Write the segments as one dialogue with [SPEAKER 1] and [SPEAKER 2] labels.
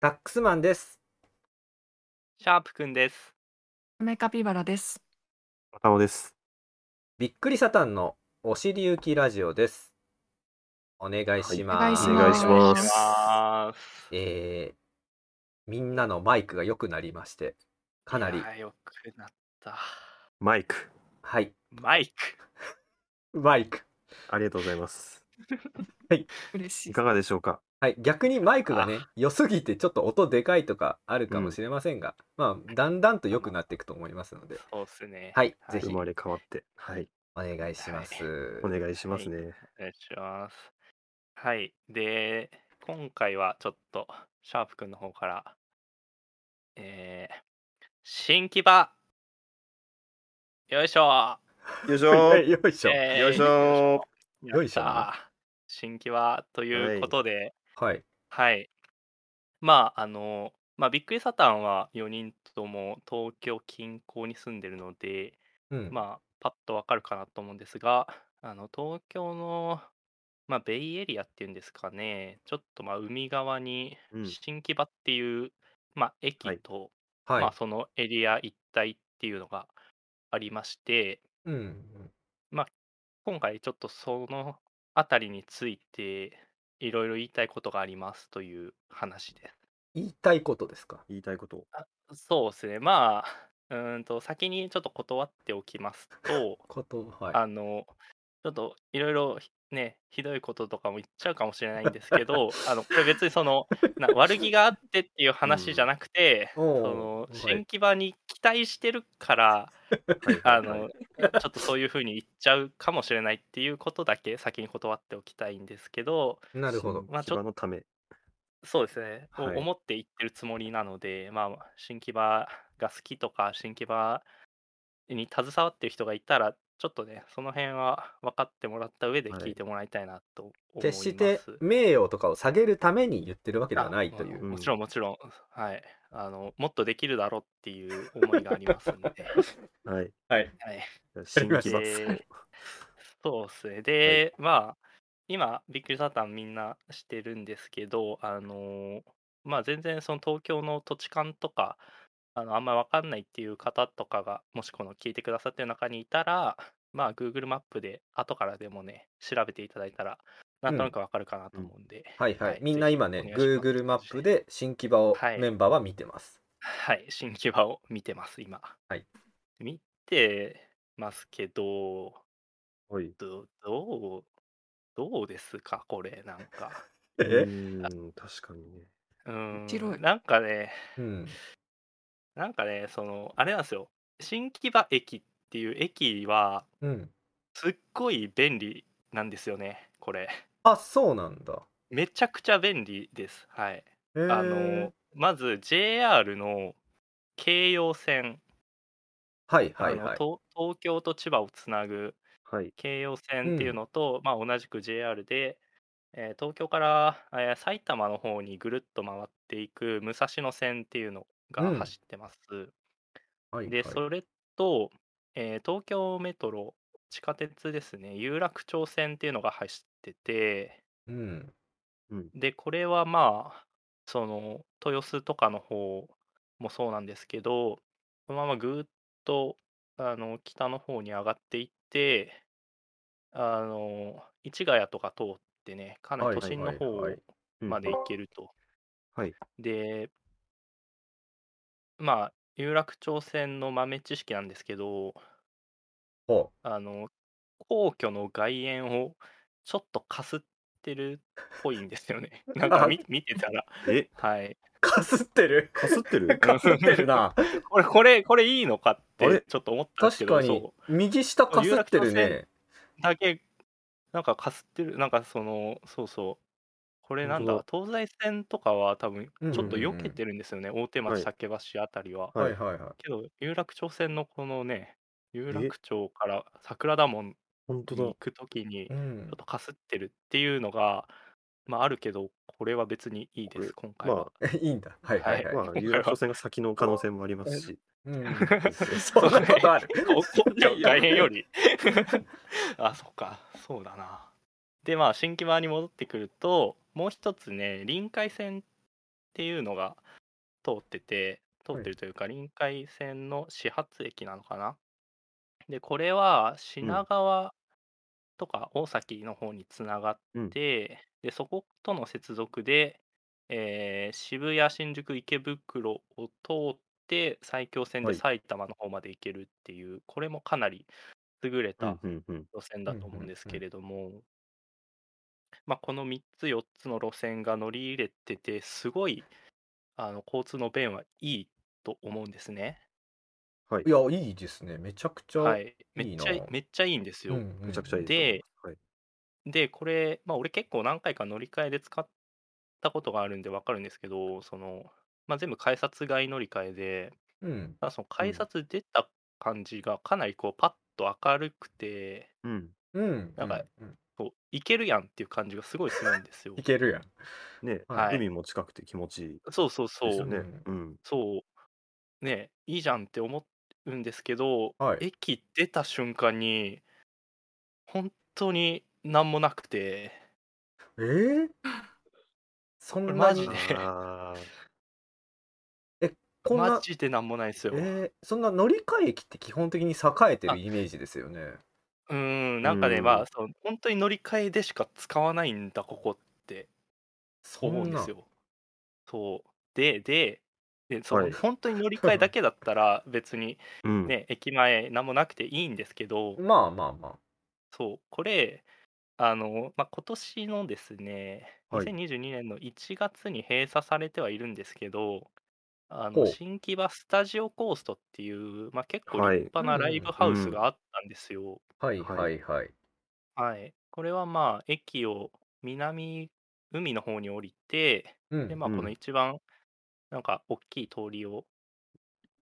[SPEAKER 1] ダックスマンです。
[SPEAKER 2] シャープくんです。
[SPEAKER 3] メカピバラです。
[SPEAKER 4] またおです。
[SPEAKER 1] びっくりサタンのお尻行きラジオです。お願いし
[SPEAKER 3] お
[SPEAKER 1] ま
[SPEAKER 3] 願い
[SPEAKER 1] す。
[SPEAKER 3] し
[SPEAKER 4] お
[SPEAKER 3] ま
[SPEAKER 4] 願い
[SPEAKER 3] す。
[SPEAKER 4] しま
[SPEAKER 2] お願いします。
[SPEAKER 1] えーみんなのマイクが良くなりまして、かなり、
[SPEAKER 2] い
[SPEAKER 1] は
[SPEAKER 2] や
[SPEAKER 1] い、
[SPEAKER 2] よくなった。
[SPEAKER 4] マイク、
[SPEAKER 2] マイク。
[SPEAKER 1] マイク。
[SPEAKER 4] ありがとうございます。
[SPEAKER 3] 嬉し
[SPEAKER 4] い
[SPEAKER 3] い。
[SPEAKER 4] かがでしょうか。
[SPEAKER 1] はい、逆にマイクがね、良すぎてちょっと音でかいとかあるかもしれませんが、まあ、だんだんと良くなっていくと思いますので、
[SPEAKER 2] そうっすね。
[SPEAKER 1] はい、
[SPEAKER 2] は
[SPEAKER 1] ぜ
[SPEAKER 2] い
[SPEAKER 4] 生
[SPEAKER 1] ひ
[SPEAKER 4] まれ変わって、はい、
[SPEAKER 1] お願いします。
[SPEAKER 4] お願いしますね。
[SPEAKER 2] お願いします。はい。で、今回はちょっと、シャープくんの方から、えー、新木場。よいしょ。
[SPEAKER 4] よいし
[SPEAKER 1] はいよいしょ。
[SPEAKER 2] えー
[SPEAKER 4] よいしょ
[SPEAKER 1] よいしょ
[SPEAKER 2] やった新木場ということで、
[SPEAKER 1] はい、
[SPEAKER 2] はい。まあ、あの、まあ、びっくりサタンは4人とも東京近郊に住んでるので、
[SPEAKER 1] うん、
[SPEAKER 2] まあ、パッとわかるかなと思うんですが、あの、東京の、まあ、ベイエリアっていうんですかね、ちょっとまあ海側に
[SPEAKER 4] うん
[SPEAKER 2] 新木場っていう、まあ、駅
[SPEAKER 4] はい
[SPEAKER 2] と、
[SPEAKER 1] はい、
[SPEAKER 2] まあ、そのエリア一帯っていうのがありまして、
[SPEAKER 1] うんうん、
[SPEAKER 2] 今回ちょっとそのあたりについて、いろいろ言いたいことがありますという話です。
[SPEAKER 1] 言いたいことですか。、
[SPEAKER 4] 言いたいこと。
[SPEAKER 2] そうですね。まあ、うーんと、先にちょっと断っておきますと
[SPEAKER 1] こと、はい。
[SPEAKER 2] あの、ちょっといろいろね、ひどいこととかも言っちゃうかもしれないんですけど、あの、これ別にその、な悪気があってっていう話じゃなくて、
[SPEAKER 1] うんおう
[SPEAKER 2] その
[SPEAKER 1] は、い
[SPEAKER 2] 新木場に期待してるから、
[SPEAKER 4] はい
[SPEAKER 2] あ
[SPEAKER 4] はいは
[SPEAKER 2] の
[SPEAKER 4] い、
[SPEAKER 2] ちょっとそういうふうに言っちゃうかもしれないっていうことだけ先に断っておきたいんですけど、
[SPEAKER 1] なるほど。
[SPEAKER 2] まあ
[SPEAKER 4] 新木場のため。
[SPEAKER 2] そうですね、を
[SPEAKER 4] はい
[SPEAKER 2] 思って言ってるつもりなので、まあ、新木場が好きとか、新木場に携わってる人がいたら、ちょっとね、その辺は分かってもらった上で
[SPEAKER 4] はい
[SPEAKER 2] 聞いてもらいたいなと思います。
[SPEAKER 1] 決して名誉とかを下げるために言ってるわけではないとい
[SPEAKER 2] あ
[SPEAKER 1] う。
[SPEAKER 2] ももちろん、もちろん、はいあの。もっとできるだろうっていう思いがありますんで。
[SPEAKER 1] は
[SPEAKER 4] はい。
[SPEAKER 1] い。
[SPEAKER 2] はい
[SPEAKER 4] 新木場。
[SPEAKER 2] えーそうですね。で、まあ、今、ビックリサタンみんなしてるんですけど、あのーまあ、全然その東京の土地勘とか、あのあんまり分かんないっていう方とかが、もしこの聞いてくださってる中にいたら、まあ、Google マップで後からでもね、調べていただいたら、なんとなく分かるかなと思うんで、
[SPEAKER 1] はいはい。みんな今ね、Google マップ
[SPEAKER 2] で。
[SPEAKER 1] で新木場を、
[SPEAKER 2] はい
[SPEAKER 1] メンバーは見てます。
[SPEAKER 2] はい、新木場を見てます、今。
[SPEAKER 1] はい
[SPEAKER 2] 見てますけど、
[SPEAKER 4] はい。
[SPEAKER 2] どどうどうですかこれなんか
[SPEAKER 4] う
[SPEAKER 1] え、
[SPEAKER 4] ーん、確かにね。
[SPEAKER 2] うーん
[SPEAKER 3] 白い
[SPEAKER 2] なんかね
[SPEAKER 1] うん、
[SPEAKER 2] なんかねそのあれなんですよ新木場駅っていう駅は
[SPEAKER 1] うん。
[SPEAKER 2] すっごい便利なんですよねこれ
[SPEAKER 1] あ、そうなんだ。
[SPEAKER 2] めちゃくちゃ便利ですはい
[SPEAKER 1] へー
[SPEAKER 2] あのまず JR の京葉線、
[SPEAKER 1] はい
[SPEAKER 2] あ
[SPEAKER 1] はい
[SPEAKER 2] の
[SPEAKER 1] はい。
[SPEAKER 2] 東東京と千葉をつなぐ
[SPEAKER 4] はい。
[SPEAKER 2] 京葉線っていうのと、まあ、同じく JR で、えー東京から、えー埼玉の方にぐるっと回っていく武蔵野線っていうのが
[SPEAKER 1] うん
[SPEAKER 2] 走ってます。
[SPEAKER 1] はいはい
[SPEAKER 2] で、それと、えー東京メトロ地下鉄ですね有楽町線っていうのが走ってて
[SPEAKER 1] うん。
[SPEAKER 2] でこれはまあその豊洲とかの方もそうなんですけどこのままぐーっとあの北の方に上がっていってあの市ヶ谷とか通ってねかな
[SPEAKER 1] はい
[SPEAKER 2] り
[SPEAKER 1] はい
[SPEAKER 2] 都心の方
[SPEAKER 1] はいはい
[SPEAKER 4] うん
[SPEAKER 2] まで行けると。
[SPEAKER 4] はい
[SPEAKER 2] でまあ有楽町線の豆知識なんですけど
[SPEAKER 1] ほ
[SPEAKER 2] あの皇居の外苑をちょっとかすってるっぽいんですよね。なんか見見てたら
[SPEAKER 4] え、
[SPEAKER 2] はい。
[SPEAKER 1] う。 かすってる。
[SPEAKER 4] かすってる
[SPEAKER 1] かすってる な。
[SPEAKER 2] これ、これ、これいいのかっ
[SPEAKER 4] あれ
[SPEAKER 2] てちょっと思ったんですけ
[SPEAKER 1] 確か
[SPEAKER 2] ど、
[SPEAKER 1] に
[SPEAKER 2] そ、
[SPEAKER 1] 右下かすってるね。
[SPEAKER 2] う。だけ、なんかかすってる、なんかその、そうそう。これなんだ
[SPEAKER 4] 本、
[SPEAKER 2] 東西線とかは多分
[SPEAKER 1] うんうんうん
[SPEAKER 2] ちょっと避けてるんですよね、大手
[SPEAKER 4] は
[SPEAKER 2] 町、
[SPEAKER 4] い
[SPEAKER 2] 竹橋あたりは。
[SPEAKER 1] はいはいはい。
[SPEAKER 2] けど、有楽町線のこのね、有楽町から桜田門に
[SPEAKER 4] 本当
[SPEAKER 2] 行
[SPEAKER 4] だ。
[SPEAKER 2] くときに、
[SPEAKER 1] う
[SPEAKER 2] ち
[SPEAKER 1] ん
[SPEAKER 2] ょっ。とかすってるっていうのが、まあ、あるけど、これは別にいいです、今回は
[SPEAKER 4] ま。
[SPEAKER 1] いいんだ。はいはい
[SPEAKER 2] あ
[SPEAKER 4] あ、
[SPEAKER 1] はい。
[SPEAKER 4] まあ、有楽町線が先の可能性もありますし。
[SPEAKER 1] うん。
[SPEAKER 2] そ
[SPEAKER 1] そ
[SPEAKER 2] うん
[SPEAKER 1] なこと ある。
[SPEAKER 2] こっちは外苑より あそっかそうだなでまあ新木場に戻ってくるともう一つね臨海線っっていうのが通ってて通ってるというか臨海線の始発駅なのかなでこれは品川とか大崎の方につながって、でそことの接続で、えー渋谷新宿池袋を通って埼京線
[SPEAKER 4] は
[SPEAKER 2] で
[SPEAKER 4] い
[SPEAKER 2] 埼玉の方まで行けるっていう、これもかなり優れた
[SPEAKER 4] うんうん
[SPEAKER 2] 路線だと思うんですけれども、まあ、この3つ4つの路線が乗り入れててすごいあの交通の便はいいと思うんですね。
[SPEAKER 4] はい
[SPEAKER 1] い。やいいですねめちゃくちゃ、
[SPEAKER 2] はい、めっちゃ
[SPEAKER 1] いいな
[SPEAKER 2] めっちゃいいんです
[SPEAKER 1] うん
[SPEAKER 2] よ。
[SPEAKER 1] うん
[SPEAKER 4] めちゃくちゃいいす。はい。
[SPEAKER 2] でこれ、まあ、俺結構何回か乗り換えで使ったことがあるんで分かるんですけどその、まあ、全部改札外乗り換えで
[SPEAKER 1] うん
[SPEAKER 2] ただその改札出た感じがかなりこうパッと明るくて、
[SPEAKER 4] うん。
[SPEAKER 1] うん
[SPEAKER 2] なんか
[SPEAKER 1] うんうん
[SPEAKER 2] こう行けるやんっていう感じがすごいするんで すよ
[SPEAKER 1] い。けるやん
[SPEAKER 4] ね、
[SPEAKER 2] はい
[SPEAKER 4] 海も近くて気持ちいい
[SPEAKER 2] そうそうそ
[SPEAKER 4] で
[SPEAKER 2] う。
[SPEAKER 4] すよね
[SPEAKER 1] そう。
[SPEAKER 4] うん。
[SPEAKER 2] そうねいいじゃんって思うんですけど、
[SPEAKER 1] はい
[SPEAKER 2] 駅出た瞬間に本当に何もなくて
[SPEAKER 1] えー、 そんなに
[SPEAKER 2] マジで
[SPEAKER 4] あー
[SPEAKER 1] こん
[SPEAKER 2] マ
[SPEAKER 1] な
[SPEAKER 2] ジで何もないですよ。
[SPEAKER 1] えー、そんな乗り換え駅って基本的に栄えてるイメージですよね
[SPEAKER 2] うーんなんかね
[SPEAKER 4] うん
[SPEAKER 2] まあそう本当に乗り換えでしか使わないんだここって
[SPEAKER 1] そ
[SPEAKER 2] 思うんですよ。そうでででその
[SPEAKER 4] はい
[SPEAKER 2] 本当に乗り換えだけだったら別に
[SPEAKER 4] うん。
[SPEAKER 2] ね駅前何もなくていいんですけど、
[SPEAKER 1] まあまあまあ
[SPEAKER 2] そう、これ、あの、まあ、今年のですね、
[SPEAKER 4] はい
[SPEAKER 2] 2022年の1月に閉鎖されてはいるんですけど、あ
[SPEAKER 1] ほ
[SPEAKER 2] の
[SPEAKER 1] う
[SPEAKER 2] 新木場スタジオコーストっていう、まあ、結構
[SPEAKER 4] はい
[SPEAKER 2] 立派なライブハウスがあったんですよ。
[SPEAKER 1] はい
[SPEAKER 4] はい
[SPEAKER 1] はいはい
[SPEAKER 2] はい。これはまあ、駅を南、海の方に降りて、
[SPEAKER 1] うん
[SPEAKER 2] で、まあ、
[SPEAKER 4] うん
[SPEAKER 2] この一番、なんか、大きい通りを、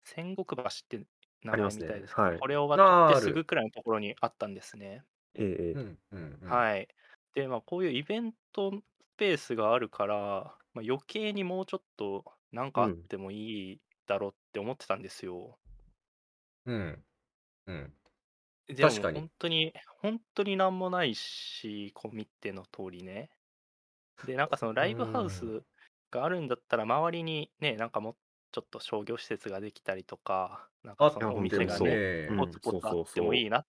[SPEAKER 2] 千石橋って名
[SPEAKER 4] あ
[SPEAKER 2] 前
[SPEAKER 4] りま
[SPEAKER 2] み
[SPEAKER 4] すね
[SPEAKER 2] たいですけど、
[SPEAKER 4] はい
[SPEAKER 2] これを渡
[SPEAKER 1] あー
[SPEAKER 2] っ
[SPEAKER 1] あ
[SPEAKER 2] て
[SPEAKER 1] る
[SPEAKER 2] すぐくらいのところにあったんですね。
[SPEAKER 4] ええ
[SPEAKER 1] うんうんうん
[SPEAKER 2] はい。で、まあ、こういうイベントスペースがあるから、まあ、余計にもうちょっとなんかあってもいいだろうって思ってたんですよ。
[SPEAKER 1] うんうん
[SPEAKER 2] でも
[SPEAKER 1] 確かに
[SPEAKER 2] 本当に、本当になんもないし、こう見ての通りね。で、なんかそのライブハウ
[SPEAKER 1] う
[SPEAKER 2] スがあるんだったら、周りにね、なんかもうちょっと商業施設ができたりとか、なんかそ
[SPEAKER 4] いや
[SPEAKER 2] のお
[SPEAKER 4] 本当
[SPEAKER 2] 店
[SPEAKER 4] に
[SPEAKER 2] が
[SPEAKER 4] そう
[SPEAKER 2] ね、
[SPEAKER 1] え
[SPEAKER 4] うん
[SPEAKER 2] ポツポツあってもいいなっ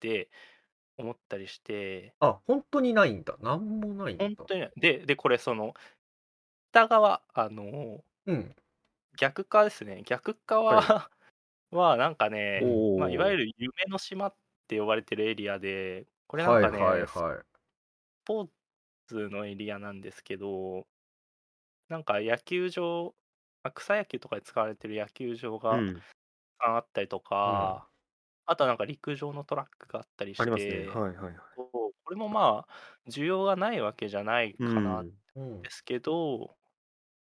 [SPEAKER 2] て思ったりして、
[SPEAKER 1] あ本当にないんだなんもないんだ
[SPEAKER 2] 本当にねででこれその北側あの
[SPEAKER 1] うん
[SPEAKER 2] 逆側ですね逆側 ははなんかね、
[SPEAKER 4] おー
[SPEAKER 2] まあ、いわゆる夢の島って呼ばれてるエリアでこれな
[SPEAKER 1] は
[SPEAKER 2] ん
[SPEAKER 1] いは
[SPEAKER 2] か
[SPEAKER 1] い
[SPEAKER 2] ね、
[SPEAKER 1] は
[SPEAKER 2] スポーツのエリアなんですけどなんか野球場、まあ草野球とかで使われてる野球場が
[SPEAKER 4] うん
[SPEAKER 2] あったりとか、あとはなんか陸上のトラックがあったりして
[SPEAKER 4] ありますね。はいはいはい。
[SPEAKER 2] これもまあ需要がないわけじゃないかなっ
[SPEAKER 4] うん
[SPEAKER 1] いうん
[SPEAKER 2] ですけど、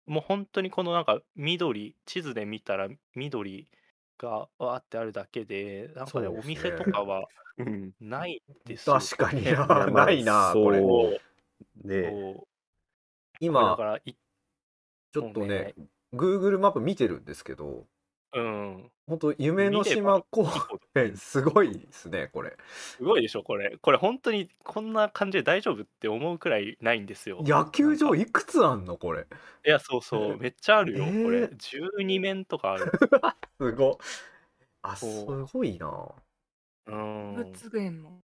[SPEAKER 2] もう本当にこのなんか緑、地図で見たら緑がわーってあるだけで、なんかね、
[SPEAKER 1] そうで
[SPEAKER 2] お
[SPEAKER 1] すね
[SPEAKER 2] 店とかは
[SPEAKER 4] うん
[SPEAKER 2] ないですよ
[SPEAKER 1] 確かに
[SPEAKER 2] ね
[SPEAKER 1] な
[SPEAKER 4] やまあ
[SPEAKER 1] ないな
[SPEAKER 4] そう
[SPEAKER 1] これ
[SPEAKER 2] そう
[SPEAKER 4] ね
[SPEAKER 2] そうだ
[SPEAKER 1] 今
[SPEAKER 2] からい、
[SPEAKER 1] ちょっと
[SPEAKER 2] もう
[SPEAKER 1] ね Google マップ見てるんですけど
[SPEAKER 2] うん、
[SPEAKER 1] 本当夢の島公園すごいですねこれ
[SPEAKER 2] すごいでしょ、これ。これ本当にこんな感じで大丈夫って思うくらいないんですよ。
[SPEAKER 1] 野球場
[SPEAKER 2] なんか
[SPEAKER 1] いくつあんのこれ
[SPEAKER 2] いや、そうそう、めっちゃあるよ、
[SPEAKER 1] えー
[SPEAKER 2] これ。12面とかあ る。
[SPEAKER 1] すごあす
[SPEAKER 2] そう
[SPEAKER 1] ごいな
[SPEAKER 2] うん、
[SPEAKER 3] 物園も。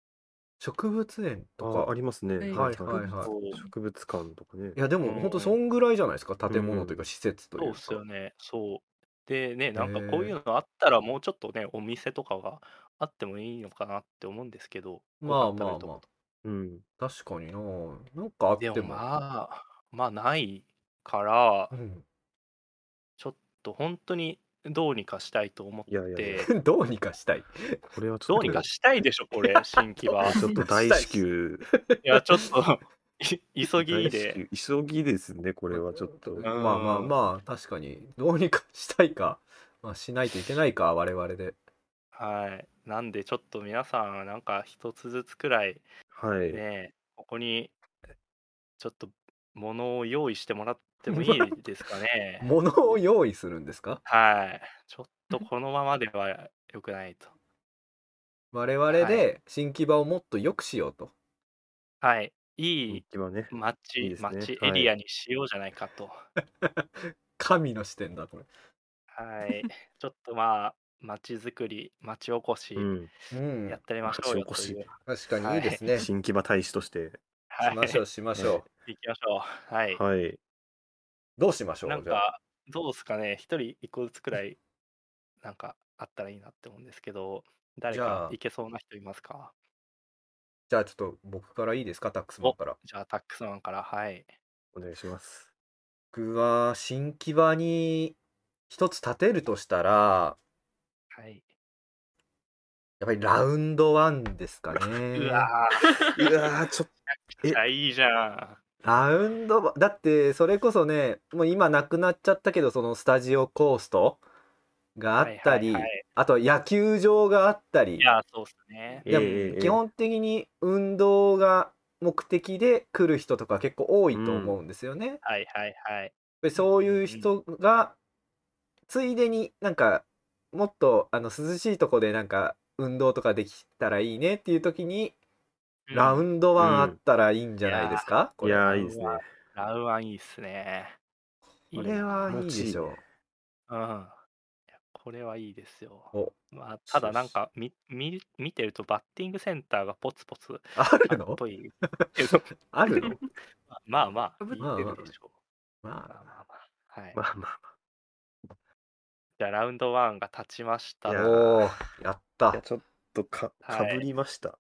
[SPEAKER 1] 植物園
[SPEAKER 4] あ
[SPEAKER 1] と
[SPEAKER 4] ー
[SPEAKER 1] か
[SPEAKER 4] ありますね。
[SPEAKER 3] はい
[SPEAKER 1] はいはいはい
[SPEAKER 2] そう
[SPEAKER 4] 植物館とかね
[SPEAKER 1] い。やで
[SPEAKER 2] う
[SPEAKER 1] も
[SPEAKER 2] ん
[SPEAKER 1] 本当そんぐらいじゃないですか建物というか施設とい
[SPEAKER 2] そう
[SPEAKER 1] う
[SPEAKER 2] っすよ
[SPEAKER 1] か
[SPEAKER 2] ね、そう。でね、なんか
[SPEAKER 1] へえ
[SPEAKER 2] こういうのあったら、もうちょっとね、お店とかがあってもいいのかなって思うんですけど、
[SPEAKER 1] まあ
[SPEAKER 2] ご飯
[SPEAKER 1] まあ
[SPEAKER 2] 食べると
[SPEAKER 1] ま
[SPEAKER 2] こ
[SPEAKER 4] うん。
[SPEAKER 1] あ確かにななんかあって
[SPEAKER 2] で
[SPEAKER 1] も
[SPEAKER 2] もまあ、まあないから
[SPEAKER 1] う、ん
[SPEAKER 2] ちょっと本当にどうにかしたいと思っ
[SPEAKER 4] いやいやいや
[SPEAKER 2] て、
[SPEAKER 1] どうにかしたい
[SPEAKER 4] これはち
[SPEAKER 2] ど
[SPEAKER 4] ょ
[SPEAKER 2] う
[SPEAKER 4] っと
[SPEAKER 2] にかしたいでしょ、これ、 新規は。
[SPEAKER 4] ちょっと大至急
[SPEAKER 2] いや、ちょっとい 急ぎで。
[SPEAKER 4] 大至急急ぎですねこれはちょっと。
[SPEAKER 1] まあまあまあ確かにどうにかしたいかまあしないといけないか我々で
[SPEAKER 2] はい。なんで、ちょっと皆さん、なんか一つずつくらい、
[SPEAKER 4] はい。
[SPEAKER 2] ねえ、ここにちょっと物を用意してもらってもいいですか ね。
[SPEAKER 1] 物を用意するんですか
[SPEAKER 2] はい。ちょっとこのままでは良くないと。
[SPEAKER 1] 我々
[SPEAKER 2] は
[SPEAKER 1] で新木場をもっと良くしようと
[SPEAKER 2] はい。いい
[SPEAKER 4] 一番ね。
[SPEAKER 2] 街、
[SPEAKER 4] いいですね
[SPEAKER 2] 街
[SPEAKER 4] は
[SPEAKER 2] エ
[SPEAKER 4] い
[SPEAKER 2] リアにしようじゃないかと。
[SPEAKER 1] 神の視点だこれ。
[SPEAKER 2] はい。ちょっとまあ、街づくり、街おこし、
[SPEAKER 4] うん。
[SPEAKER 1] うん
[SPEAKER 2] やってみましょうよという。
[SPEAKER 1] 確かにいいですね。し
[SPEAKER 4] 新木場大使として。
[SPEAKER 2] は
[SPEAKER 1] ましょ
[SPEAKER 2] い。
[SPEAKER 1] うしましょう。
[SPEAKER 2] 行きましょう。はい。
[SPEAKER 4] はい。
[SPEAKER 1] どうしましょう
[SPEAKER 2] なん
[SPEAKER 1] じゃあ
[SPEAKER 2] か、どうですかね、一人一個ずつくらい、なんかあったらいいなって思うんですけど、誰
[SPEAKER 1] じゃ
[SPEAKER 2] か
[SPEAKER 1] あ
[SPEAKER 2] いけそうな人いますか
[SPEAKER 1] じゃあちょっと僕からいいですかタックスマンから。
[SPEAKER 2] じゃあ、タックスマンから、はい。
[SPEAKER 4] お願いします。
[SPEAKER 1] 僕は新木場に一つ建てるとしたら
[SPEAKER 2] はい、
[SPEAKER 1] やっぱりラウンドワンですかね。
[SPEAKER 2] うわ
[SPEAKER 4] いやー、ちょっ
[SPEAKER 2] ー、
[SPEAKER 4] え
[SPEAKER 2] じゃあいいじゃん。
[SPEAKER 1] ラウンドワンだってそれこそねもう今なくなっちゃったけどそのスタジオコーストがあったり、
[SPEAKER 2] はいはいはい
[SPEAKER 1] あと野球場があったり
[SPEAKER 2] いやー、そうっすね。
[SPEAKER 4] え
[SPEAKER 1] でも
[SPEAKER 4] ええ
[SPEAKER 1] 基本的に運動が目的で来る人とか結構多いと思うんですよね。
[SPEAKER 2] はいはいはい。
[SPEAKER 1] でそういう人がついでになんかもっとあの涼しいとこでなんか運動とかできたらいいねっていう時に、ラウ
[SPEAKER 2] ン
[SPEAKER 1] ンドワンあったらいいんじゃないですか、
[SPEAKER 4] と。
[SPEAKER 1] こ
[SPEAKER 4] い
[SPEAKER 1] れ
[SPEAKER 4] やー、いいですね。
[SPEAKER 2] ラウワンいいっすね。
[SPEAKER 1] これはいいでしょう。
[SPEAKER 2] うん。いやこれはいいですよ。
[SPEAKER 1] お
[SPEAKER 2] まあ、ただなんかみみ見てるとバッティングセンターがポツポツ
[SPEAKER 1] あ
[SPEAKER 2] あ
[SPEAKER 1] る
[SPEAKER 2] るっ
[SPEAKER 1] の
[SPEAKER 2] ぽい けど
[SPEAKER 1] あるの
[SPEAKER 2] ま
[SPEAKER 1] あ
[SPEAKER 2] あまあ
[SPEAKER 3] ま
[SPEAKER 1] まあ
[SPEAKER 2] 言ってるでしょう。ま
[SPEAKER 1] ま
[SPEAKER 2] あまあまあはい。
[SPEAKER 4] まあまあ
[SPEAKER 2] じゃあラウンドワンが立ちました
[SPEAKER 4] い
[SPEAKER 1] あ、
[SPEAKER 4] や
[SPEAKER 1] おお、やっ
[SPEAKER 4] いや
[SPEAKER 1] た。
[SPEAKER 4] ちょっとかか
[SPEAKER 2] はい
[SPEAKER 4] ぶりました。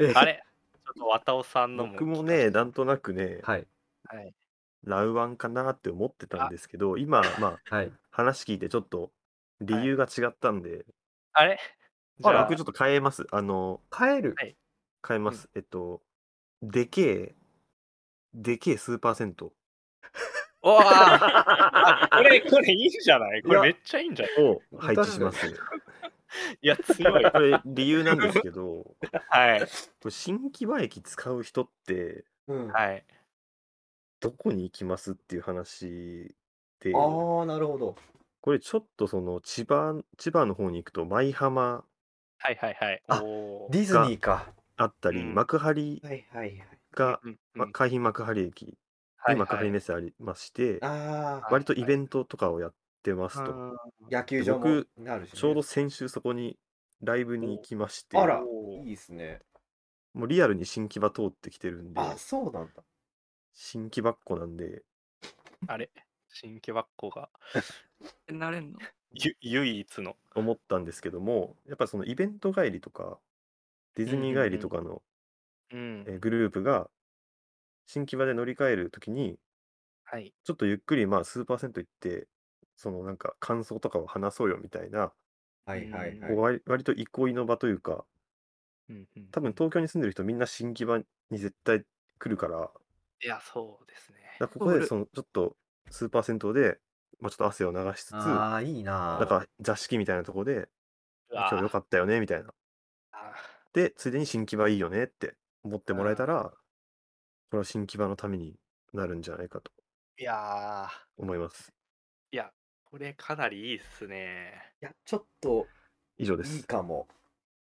[SPEAKER 1] え
[SPEAKER 2] あれちょっと綿尾さんの
[SPEAKER 4] 僕もね、なんとなくね、
[SPEAKER 1] はい、
[SPEAKER 2] はい、
[SPEAKER 4] ラウワンかなって思ってたんですけど、今、まあ、
[SPEAKER 1] はい。
[SPEAKER 4] 話聞いてちょっと理由が違ったんで、
[SPEAKER 2] あ れじゃあ
[SPEAKER 4] 僕ちょっと変えます。あの、
[SPEAKER 1] 帰る
[SPEAKER 2] はい。
[SPEAKER 4] 変えます。えっと、でけえ、でけえスーパー銭湯
[SPEAKER 2] おわこれ、これいいじゃないこれめっちゃいいんじゃない
[SPEAKER 4] を配置します。
[SPEAKER 2] いや、 強い。
[SPEAKER 4] これ理由なんですけど、こ
[SPEAKER 2] はい。
[SPEAKER 4] れ新木場駅使う人って、
[SPEAKER 1] うんあ
[SPEAKER 2] はい。
[SPEAKER 4] どこに行きますっていう話で、
[SPEAKER 1] あ
[SPEAKER 4] こ
[SPEAKER 1] ー、なるほど。
[SPEAKER 4] れちょっとその千葉、千葉の方に行くと舞浜
[SPEAKER 2] はいはいはい。
[SPEAKER 1] あ
[SPEAKER 2] おー
[SPEAKER 1] ディズニーか。
[SPEAKER 4] あったり、
[SPEAKER 2] うん
[SPEAKER 4] 幕張
[SPEAKER 1] はいはいはい。
[SPEAKER 4] が、
[SPEAKER 2] うん
[SPEAKER 4] ま海浜幕張駅に
[SPEAKER 2] はい
[SPEAKER 4] 幕
[SPEAKER 2] はい
[SPEAKER 4] 張メッセありまして、
[SPEAKER 1] あ
[SPEAKER 2] あ
[SPEAKER 4] 割とイベントとかをやってますと、
[SPEAKER 2] うん
[SPEAKER 1] 野球
[SPEAKER 4] 場も僕
[SPEAKER 1] なるし
[SPEAKER 4] ちょうど先週そこにライブに行きまして、
[SPEAKER 1] あら
[SPEAKER 2] おー
[SPEAKER 1] いいですね。
[SPEAKER 4] もうリアルに新木場通ってきてるんで、
[SPEAKER 1] そうなんだ。
[SPEAKER 4] 新木場っ子なんで、
[SPEAKER 2] あれ新木場っ子が
[SPEAKER 3] なれんの。
[SPEAKER 2] ゆ唯一の。
[SPEAKER 4] 思ったんですけども、やっぱそのイベント帰りとか、ディズニー帰りとかの
[SPEAKER 2] うん
[SPEAKER 4] えーグループが、新木場で乗り換えるときに、
[SPEAKER 2] はい。
[SPEAKER 4] ちょっとゆっくり、まあ、数パーセント行って、そのなんか感想とかを話そうよみたいな、
[SPEAKER 1] はいはいはい
[SPEAKER 4] こ。
[SPEAKER 1] う
[SPEAKER 4] 割割と憩いの場というか、
[SPEAKER 2] うんうん
[SPEAKER 4] 多分東京に住んでる人みんな新木場に絶対来るから、だか
[SPEAKER 2] いや、そうですね。
[SPEAKER 4] らここ
[SPEAKER 3] わか
[SPEAKER 4] で
[SPEAKER 3] る
[SPEAKER 4] そのちょっとスーパー銭湯で、まあ、ちょっと汗を流しつつ、な
[SPEAKER 1] ああ、いいなあ。
[SPEAKER 4] んか座敷みたいなとこで、
[SPEAKER 2] うわ
[SPEAKER 4] 今日良かったよねみたいな。
[SPEAKER 2] あ
[SPEAKER 4] で、ついでに新木場いいよねって思ってもらえたら、これは新木場のためになるんじゃないかと
[SPEAKER 2] いやー、
[SPEAKER 4] 思います。
[SPEAKER 2] いや、これかなりいいっすね。
[SPEAKER 1] いや、ちょっと
[SPEAKER 4] 以上です。
[SPEAKER 1] かも。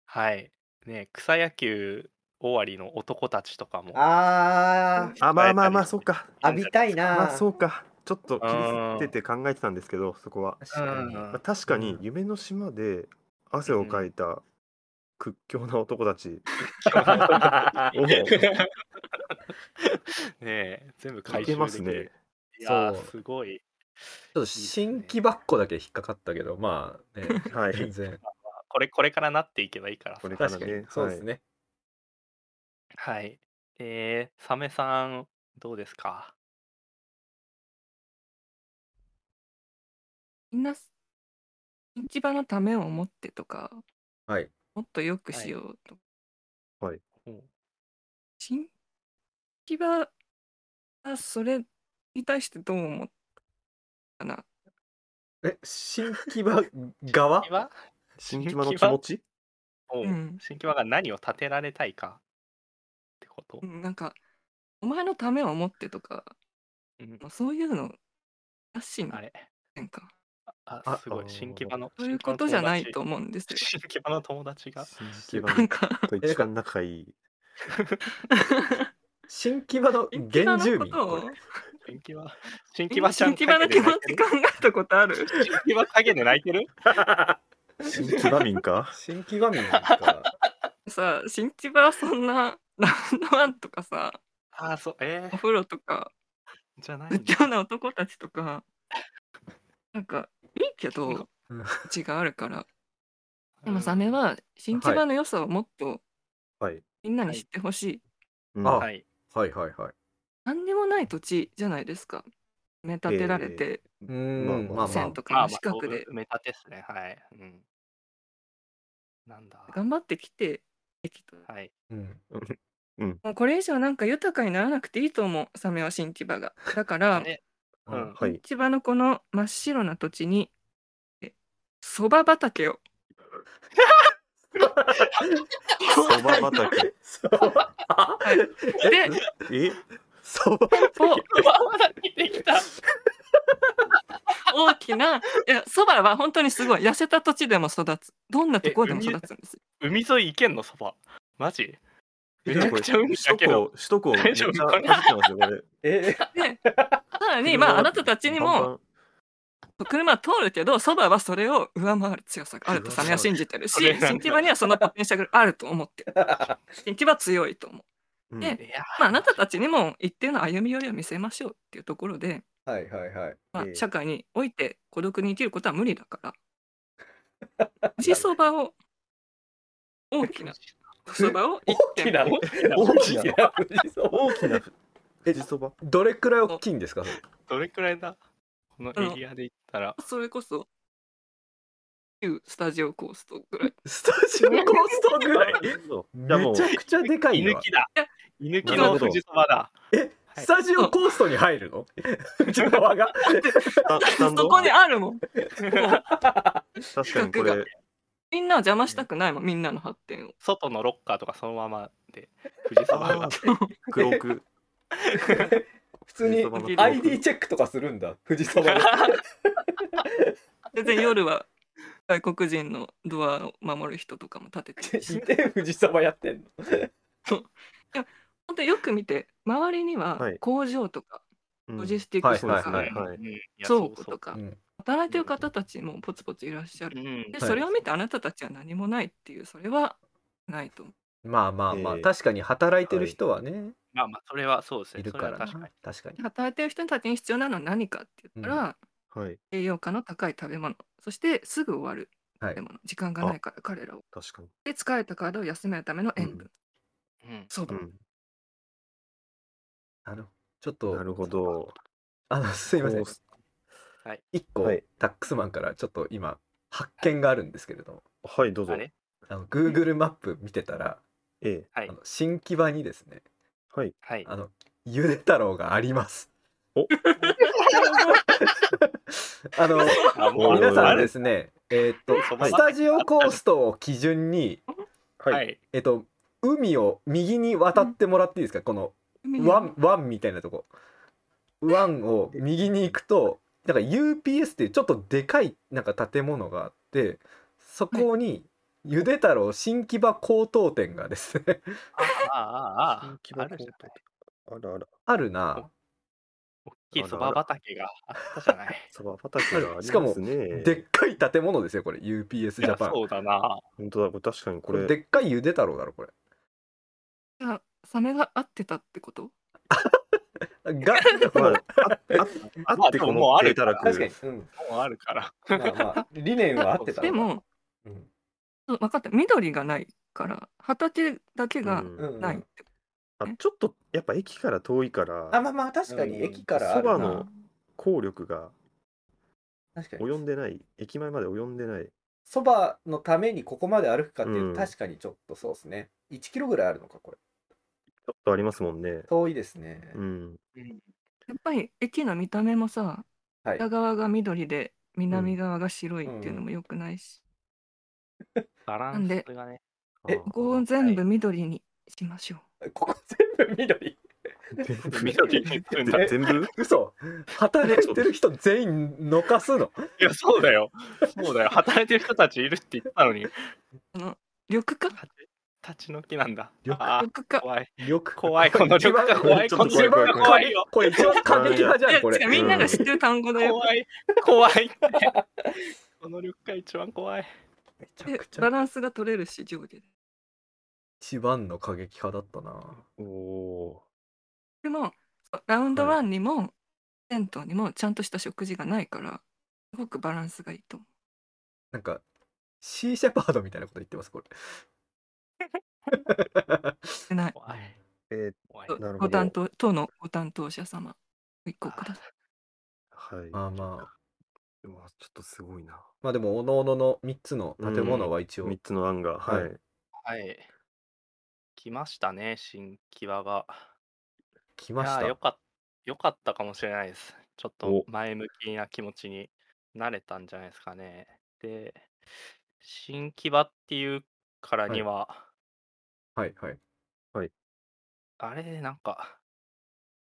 [SPEAKER 2] はい。ね草野球終わりの男たちとかも。
[SPEAKER 1] あ
[SPEAKER 4] あ、まあまあまあ、そっか。
[SPEAKER 1] あ浴びたいな
[SPEAKER 4] まあそうか。ちょっと気づいてて考えてたんですけど、そこは。
[SPEAKER 1] 確かに
[SPEAKER 4] まあ、確かに、夢の島で汗をかいた屈強な男たち を
[SPEAKER 2] ねえ、全部回
[SPEAKER 4] い
[SPEAKER 2] 収で
[SPEAKER 4] け
[SPEAKER 2] き
[SPEAKER 4] ますね
[SPEAKER 2] る。。いやー
[SPEAKER 1] そう
[SPEAKER 2] すごい。
[SPEAKER 1] ちょっと新規ばっこだけ引っかかったけど、まあ、ね、
[SPEAKER 4] は
[SPEAKER 1] 全
[SPEAKER 4] い。
[SPEAKER 1] 然。
[SPEAKER 2] これ、これからなっていけばいいからさ。
[SPEAKER 4] これか ら
[SPEAKER 1] 確
[SPEAKER 4] ね
[SPEAKER 1] かに。そうですね。
[SPEAKER 2] はい。えー、サメさん、どうですか
[SPEAKER 3] みんな。市場のためを思ってとか、
[SPEAKER 1] はい。
[SPEAKER 3] もっと良くしようと。
[SPEAKER 2] うん
[SPEAKER 3] 新木場はそれに対してどう思ったかな。
[SPEAKER 1] え、新規場側
[SPEAKER 2] 新木場
[SPEAKER 4] 新木場の気持ち
[SPEAKER 2] おう
[SPEAKER 3] うん
[SPEAKER 2] 新木場が何を建てられたいかってこと
[SPEAKER 3] う。んなんか、お前のためを思ってとか、
[SPEAKER 2] うん
[SPEAKER 3] まあそういうのらしいん
[SPEAKER 2] あれ
[SPEAKER 3] なんか。
[SPEAKER 2] あ、
[SPEAKER 1] あ
[SPEAKER 2] すご
[SPEAKER 4] あ
[SPEAKER 2] い。
[SPEAKER 4] ー
[SPEAKER 2] 新木場の。
[SPEAKER 3] そういうことじゃないと
[SPEAKER 2] う。
[SPEAKER 3] 思うんですよ。
[SPEAKER 2] 新木場の友達が。
[SPEAKER 4] 新木場
[SPEAKER 3] なんか
[SPEAKER 4] と一番仲いい。
[SPEAKER 1] 新木場の原住民こ れ
[SPEAKER 2] 新木 場、新木場ちゃん
[SPEAKER 3] 新木場の気持ち考えたことある
[SPEAKER 2] 新木場陰で泣いてる
[SPEAKER 4] 新木場民か
[SPEAKER 1] 新木場民なんか
[SPEAKER 3] さ新木場はそんな ラウンドワンとかさ
[SPEAKER 2] ああ、そう、え
[SPEAKER 3] お風呂とか
[SPEAKER 2] ー、じゃない
[SPEAKER 3] 不
[SPEAKER 2] んだ
[SPEAKER 3] 器用な男たちとかなんかいいけど
[SPEAKER 1] うん
[SPEAKER 3] 血があるからでもサメ、は新木場の良さをもっと
[SPEAKER 4] はい、
[SPEAKER 3] みんなに知ってほしい、
[SPEAKER 4] うん
[SPEAKER 2] うん
[SPEAKER 1] あ
[SPEAKER 2] はい。
[SPEAKER 1] はいはいはい
[SPEAKER 3] 何でもない土地じゃないですか埋め立てられて、
[SPEAKER 1] うーん
[SPEAKER 4] まあ
[SPEAKER 1] まあま
[SPEAKER 3] 線
[SPEAKER 1] あ
[SPEAKER 3] とか
[SPEAKER 2] まあ、
[SPEAKER 3] の
[SPEAKER 2] まあ、
[SPEAKER 3] 近くで
[SPEAKER 2] 埋め立てですね。はい。うん。なんだ。
[SPEAKER 3] 頑張ってきて駅と
[SPEAKER 2] はい。
[SPEAKER 1] うん
[SPEAKER 3] もうこれ以上なんか豊かにならなくていいと思うサメは新木場がだから
[SPEAKER 2] ね
[SPEAKER 1] う
[SPEAKER 2] うん
[SPEAKER 1] ん
[SPEAKER 4] はい
[SPEAKER 3] 市場のこの真っ白な土地にそば 畑を
[SPEAKER 4] そば畑
[SPEAKER 1] そば
[SPEAKER 3] で
[SPEAKER 4] え
[SPEAKER 1] そば
[SPEAKER 3] を
[SPEAKER 2] まだ来てきた。
[SPEAKER 3] 大きないやそばは本当にすごい痩せた土地でも育つどんなところでも育つんですよ
[SPEAKER 2] 海沿い行けんの、そば。マジめちゃくちゃ
[SPEAKER 4] これ
[SPEAKER 2] 海だけど。
[SPEAKER 4] 首都高首
[SPEAKER 2] 大丈
[SPEAKER 4] 都
[SPEAKER 2] 夫
[SPEAKER 4] 高めっちゃ走ってますよこれ
[SPEAKER 1] え
[SPEAKER 3] でさらにまああなたたちにも車は通るけどそばはそれを上回る強さがあるとサメは信じてるし
[SPEAKER 2] それなんだ
[SPEAKER 3] 新木場にはそのポテンシャルがあると思ってる新木場は強いと思う
[SPEAKER 4] うん
[SPEAKER 3] で
[SPEAKER 2] いや
[SPEAKER 3] まああなたたちにも一定の歩み寄りを見せましょうっていうところで、
[SPEAKER 1] はいはいはい
[SPEAKER 3] まあ
[SPEAKER 4] ええ、
[SPEAKER 3] 社会において孤独に生きることは無理だから富士そばを大 きなそばを一
[SPEAKER 1] 大き
[SPEAKER 3] 軒
[SPEAKER 1] な
[SPEAKER 2] 大きな
[SPEAKER 1] 大きな富士そば
[SPEAKER 4] 大きな富士そば
[SPEAKER 1] どれくらい大きいんですかそれ
[SPEAKER 2] どれくらいだこのエリアで行ったら。
[SPEAKER 3] それこそ旧スタジオコーストぐらい
[SPEAKER 1] スタジオコーストぐらい
[SPEAKER 4] じゃあ
[SPEAKER 1] め
[SPEAKER 4] もう
[SPEAKER 1] ちゃくちゃでかい
[SPEAKER 2] 犬
[SPEAKER 1] な
[SPEAKER 2] 木だ
[SPEAKER 3] いや。
[SPEAKER 2] 犬木
[SPEAKER 3] なる
[SPEAKER 2] の
[SPEAKER 4] ほど
[SPEAKER 2] 富士そばだ。
[SPEAKER 1] スタジオコーストに入るの内側が
[SPEAKER 4] スタンド
[SPEAKER 3] そこにあるもん
[SPEAKER 4] 確かにこ
[SPEAKER 3] 企画
[SPEAKER 4] れ
[SPEAKER 3] みんなは邪魔したくないもんみんなの発展を
[SPEAKER 2] 外のロッカーとかそのままで、富士そばが
[SPEAKER 4] あ。黒 く
[SPEAKER 1] 普通に ID チェックとかするんだ富士そ ばで
[SPEAKER 3] 全然夜は外国人のドアを守る人とかも立ててるし
[SPEAKER 1] いて富士そばやってんの
[SPEAKER 3] 本当によく見て周りには
[SPEAKER 4] はい
[SPEAKER 3] 工場とか
[SPEAKER 4] うん
[SPEAKER 3] ロジスティックスと
[SPEAKER 1] はい
[SPEAKER 3] か
[SPEAKER 4] はいはい
[SPEAKER 2] うんいや
[SPEAKER 3] 倉
[SPEAKER 2] そう
[SPEAKER 3] 庫とか
[SPEAKER 1] うん
[SPEAKER 3] 働いてる方たちもポツポツいらっしゃ
[SPEAKER 2] そうう
[SPEAKER 3] る。
[SPEAKER 2] ん
[SPEAKER 3] で、
[SPEAKER 1] はい
[SPEAKER 3] それを見てあなたたちは何もないっていう、それはないと思う。
[SPEAKER 1] まあまあまあ、
[SPEAKER 4] えー
[SPEAKER 1] 確かに働いてる人はね、
[SPEAKER 2] まあまあ、それはそうです
[SPEAKER 1] い、る
[SPEAKER 2] ね。それ
[SPEAKER 1] から
[SPEAKER 2] は
[SPEAKER 1] な
[SPEAKER 2] 確かに
[SPEAKER 1] 確。かに
[SPEAKER 3] 働いてる人たちに必要なのは何かって言ったら、
[SPEAKER 4] はい
[SPEAKER 3] 栄養価の高い食べ物、そしてすぐ終わる
[SPEAKER 1] はい
[SPEAKER 3] 食べ物、時間がないから彼らを。
[SPEAKER 4] 確かに
[SPEAKER 3] で、疲れた体を休めるための塩分、
[SPEAKER 2] うん
[SPEAKER 3] そば、
[SPEAKER 4] うん
[SPEAKER 1] あのちょっ
[SPEAKER 4] な
[SPEAKER 1] と
[SPEAKER 4] るほど
[SPEAKER 1] あのすいません
[SPEAKER 4] こ
[SPEAKER 1] 一個、
[SPEAKER 4] はい
[SPEAKER 1] タックスマンからちょっと今発見があるんですけれども
[SPEAKER 4] うはいどうぞ
[SPEAKER 2] あれ
[SPEAKER 1] あの Google マップ見てたら、
[SPEAKER 4] ええ
[SPEAKER 2] はい
[SPEAKER 1] あの新木場にですね
[SPEAKER 4] はい
[SPEAKER 2] はい。
[SPEAKER 1] あのゆで太郎があります
[SPEAKER 4] お
[SPEAKER 1] あの
[SPEAKER 2] あもう
[SPEAKER 1] 皆さ
[SPEAKER 4] あ
[SPEAKER 1] ん
[SPEAKER 4] れ
[SPEAKER 1] ですねえーっと
[SPEAKER 2] はい
[SPEAKER 1] スタジオコーストを基準に
[SPEAKER 2] は
[SPEAKER 4] はい
[SPEAKER 2] い。
[SPEAKER 1] えっと海を右に渡ってもらっていいですかこの
[SPEAKER 3] 海に
[SPEAKER 1] ワンワンみたいなとこワンを右に行くとなんか UPS っていうちょっとでかいなんか建物があってそこにゆで太郎新木場高等店がですね
[SPEAKER 2] ああ、ああ、あ
[SPEAKER 4] 新木
[SPEAKER 2] あ。
[SPEAKER 4] 場
[SPEAKER 2] あるじゃない。
[SPEAKER 4] あらあら
[SPEAKER 1] あるな
[SPEAKER 2] 大きいそば畑があったじゃない。
[SPEAKER 4] そば畑がありますね
[SPEAKER 1] しかもでっかい建物ですよこれ UPS ジ
[SPEAKER 2] いや
[SPEAKER 1] ャパン
[SPEAKER 2] そうだな。
[SPEAKER 4] 本当だこれ確かにこ
[SPEAKER 1] これ
[SPEAKER 4] れ
[SPEAKER 1] でっかいゆで太郎だろこれ
[SPEAKER 3] あサメが合ってたってこと
[SPEAKER 1] が
[SPEAKER 4] ま
[SPEAKER 1] ま
[SPEAKER 4] あ
[SPEAKER 1] あ
[SPEAKER 4] ああ あ
[SPEAKER 2] まあ
[SPEAKER 4] ってこ
[SPEAKER 2] でももう
[SPEAKER 4] の
[SPEAKER 2] ある
[SPEAKER 4] 低たらく
[SPEAKER 1] 確かに、うん、
[SPEAKER 2] もうあるから。
[SPEAKER 1] まあまあ理念は合ってたの
[SPEAKER 3] で
[SPEAKER 1] か、
[SPEAKER 3] も、
[SPEAKER 1] うん
[SPEAKER 3] そう分かった、緑がないから、畑だけが
[SPEAKER 4] うん
[SPEAKER 1] うん
[SPEAKER 3] ないって
[SPEAKER 4] あちょっとやっぱ駅から遠いから
[SPEAKER 1] あまあまあ確か
[SPEAKER 4] うん
[SPEAKER 1] に駅からあるな
[SPEAKER 4] そばの効力が
[SPEAKER 1] 確かに
[SPEAKER 4] 及んでない駅前まで及んでない
[SPEAKER 1] そばのためにここまで歩くかっていうと、
[SPEAKER 4] うん
[SPEAKER 1] 確かにちょっとそうですね1キロぐらいあるのかこれ
[SPEAKER 4] ちょっとありますもんね
[SPEAKER 1] 遠いですね、
[SPEAKER 4] うん
[SPEAKER 3] やっぱり駅の見た目もさ、
[SPEAKER 1] はい
[SPEAKER 3] 北側が緑で南側が白いっていうのも良くないし、
[SPEAKER 2] バランスがね。
[SPEAKER 1] え
[SPEAKER 4] あー
[SPEAKER 3] ここを全部緑にしましょう。
[SPEAKER 1] ここ全部緑
[SPEAKER 4] 全部
[SPEAKER 2] 緑にするんだ。
[SPEAKER 1] え
[SPEAKER 2] い
[SPEAKER 4] 全部
[SPEAKER 1] 嘘働いてる人全員のかすの
[SPEAKER 2] や、そうだよ。そうだよ。働いてる人たちいるって言ったのに。
[SPEAKER 3] 緑化
[SPEAKER 2] 立ち退きなんだ。
[SPEAKER 1] 緑
[SPEAKER 2] あ
[SPEAKER 3] 僕か
[SPEAKER 2] ー怖い。
[SPEAKER 1] よく
[SPEAKER 2] 怖い、この
[SPEAKER 1] 一
[SPEAKER 2] 緑
[SPEAKER 1] 番
[SPEAKER 2] が怖い、
[SPEAKER 4] ち
[SPEAKER 2] こ
[SPEAKER 4] ょ
[SPEAKER 2] の
[SPEAKER 4] っと怖
[SPEAKER 2] 緑
[SPEAKER 4] い
[SPEAKER 2] が怖いよ。
[SPEAKER 1] これ一番完璧派じゃんこ
[SPEAKER 3] いや違
[SPEAKER 1] れ
[SPEAKER 3] うみんなが知ってる単語だよ。
[SPEAKER 2] 怖い、怖いって。この緑が一番怖い。
[SPEAKER 1] めちゃ
[SPEAKER 3] で
[SPEAKER 1] くち
[SPEAKER 3] バ
[SPEAKER 1] ゃ
[SPEAKER 3] ランスが取れるし上下で。
[SPEAKER 1] 一番の過激派だったな
[SPEAKER 4] おお
[SPEAKER 3] でもそうラウンドワンにも、銭湯にもちゃんとした食事がないからすごくバランスがいいと思
[SPEAKER 1] なんかシーシェパードみたいなこと言ってますこれ
[SPEAKER 3] う。でない
[SPEAKER 2] 怖い。
[SPEAKER 4] ー。え
[SPEAKER 2] 怖い。
[SPEAKER 4] なるほど
[SPEAKER 3] ご担当当のご担当者様ご一行ください。
[SPEAKER 4] ー、はい。
[SPEAKER 1] まあまあ
[SPEAKER 4] うわちょっとすごいな。
[SPEAKER 1] まあでもおのおのの3つの建物は一応
[SPEAKER 4] 三つの案が、はい。
[SPEAKER 1] はい
[SPEAKER 2] はい。来ましたね、新木場が。
[SPEAKER 1] 来まし
[SPEAKER 2] いやーよ
[SPEAKER 1] た
[SPEAKER 2] かっよかったかもしれないです。ちょっと
[SPEAKER 4] お
[SPEAKER 2] 前向きな気持ちになれたんじゃないですかね。で、新木場っていうからには、
[SPEAKER 1] はいはい
[SPEAKER 2] あれ、なんか、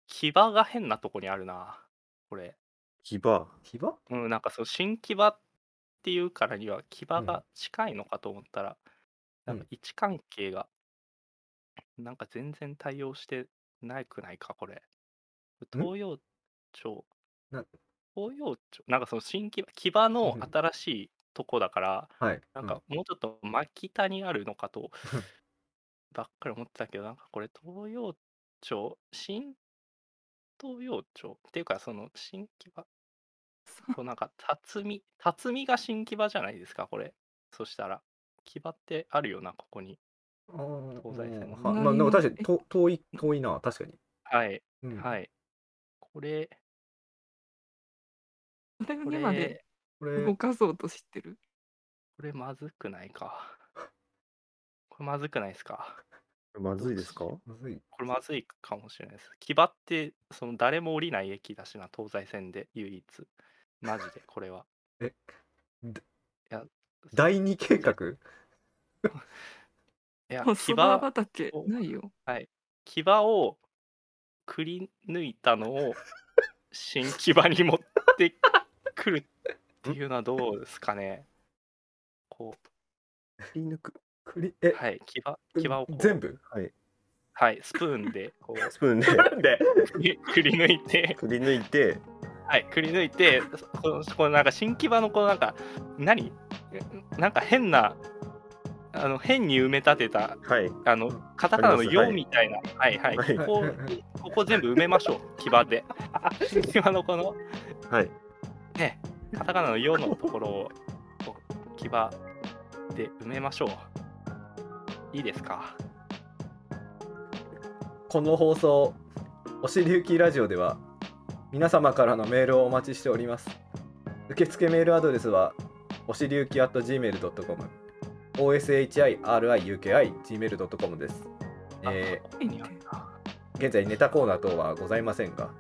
[SPEAKER 2] 木場が変なとこにあるな、これ。
[SPEAKER 4] 木場。
[SPEAKER 1] 木場
[SPEAKER 2] うん、なんかそう、新木場っていうからには、木場
[SPEAKER 1] うん
[SPEAKER 2] が近いのかと思ったら、なん
[SPEAKER 1] う
[SPEAKER 2] か
[SPEAKER 1] ん
[SPEAKER 2] 位置関係が、なんか全然対応してないくないか、これ。東洋町
[SPEAKER 1] な、
[SPEAKER 2] 東洋町、なんかその新木場、木場の
[SPEAKER 1] うん
[SPEAKER 2] 新しいとこだから、
[SPEAKER 1] はい
[SPEAKER 2] なんかもうちょっと真北にあるのか と、ばっかり思ってたけど、なんかこれ東洋町、新東洋町っていうか、その新木場、そうなんか辰巳、辰巳が新木場じゃないですか、これ。そしたら、木場ってあるよな、ここに。
[SPEAKER 1] うん
[SPEAKER 2] 東西線の
[SPEAKER 1] はいまあなんか確かにと遠い遠いな確かに
[SPEAKER 2] はい、
[SPEAKER 1] うん
[SPEAKER 2] はい。これ、
[SPEAKER 3] それ
[SPEAKER 2] こ
[SPEAKER 3] にまで
[SPEAKER 2] れ、
[SPEAKER 1] こ
[SPEAKER 3] 動
[SPEAKER 1] れ
[SPEAKER 3] かそうとしてる。
[SPEAKER 2] これまずくないか。これまずくないですか。
[SPEAKER 4] まずいですか？
[SPEAKER 1] むずい
[SPEAKER 2] これまずいかもしれないです。木場って、その誰も降りない駅だしな、東西線で唯一。マジで、これは。
[SPEAKER 1] え
[SPEAKER 2] い
[SPEAKER 1] だ
[SPEAKER 2] や、
[SPEAKER 1] 第二計 画
[SPEAKER 2] いや
[SPEAKER 3] もう
[SPEAKER 2] 木
[SPEAKER 3] そば
[SPEAKER 2] 場、
[SPEAKER 3] 畑ないよ。
[SPEAKER 2] 木場をくり抜いた のを新木場に持ってくるっていうのはどうですかね。こ
[SPEAKER 4] 振り抜く。
[SPEAKER 1] くりえ
[SPEAKER 2] う、はい、木場、木場をこう、
[SPEAKER 1] 全部
[SPEAKER 4] はい。
[SPEAKER 2] はい、スプーンで、こう、
[SPEAKER 4] スプーン
[SPEAKER 1] で
[SPEAKER 4] で
[SPEAKER 2] くりくり抜いて、
[SPEAKER 4] 振り抜いて、
[SPEAKER 2] はい、くり抜いて、この、このなんか新木場のこのなんか、何なんか変な、あの、変に埋め立てた、
[SPEAKER 4] はい。
[SPEAKER 2] あの、カタカナの
[SPEAKER 4] ありますは
[SPEAKER 2] よ
[SPEAKER 4] い
[SPEAKER 2] みたいな、はい、はい、
[SPEAKER 4] はい
[SPEAKER 2] ここ
[SPEAKER 1] はいはい、
[SPEAKER 2] ここ全部埋めましょう、木場で。新木場のこの、
[SPEAKER 4] はい。
[SPEAKER 2] ね、カタカナのよのところを、こう木場で埋めましょう。いいですか
[SPEAKER 1] この放送おしりゆきラジオでは皆様からのメールをお待ちしております受付メールアドレスはおしりゆき at gmail.com oshiriuki.gmail.com です、え
[SPEAKER 2] あここにあるな
[SPEAKER 1] ー現在ネタコーナー等はございませんが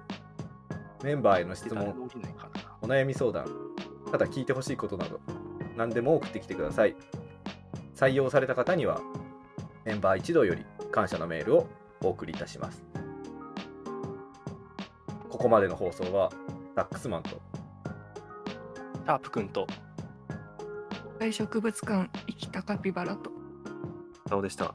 [SPEAKER 1] メンバーへの質
[SPEAKER 2] 誰
[SPEAKER 1] 問
[SPEAKER 2] も降りないかな
[SPEAKER 1] お悩み相談ただ聞いてほしいことなど何でも送ってきてください採用された方にはメンバー一同より感謝のメールをお送りいたしますここまでの放送はダックスマンと
[SPEAKER 2] シャープくんと、
[SPEAKER 3] 大植物館生きたカピバラと。
[SPEAKER 4] なおでした。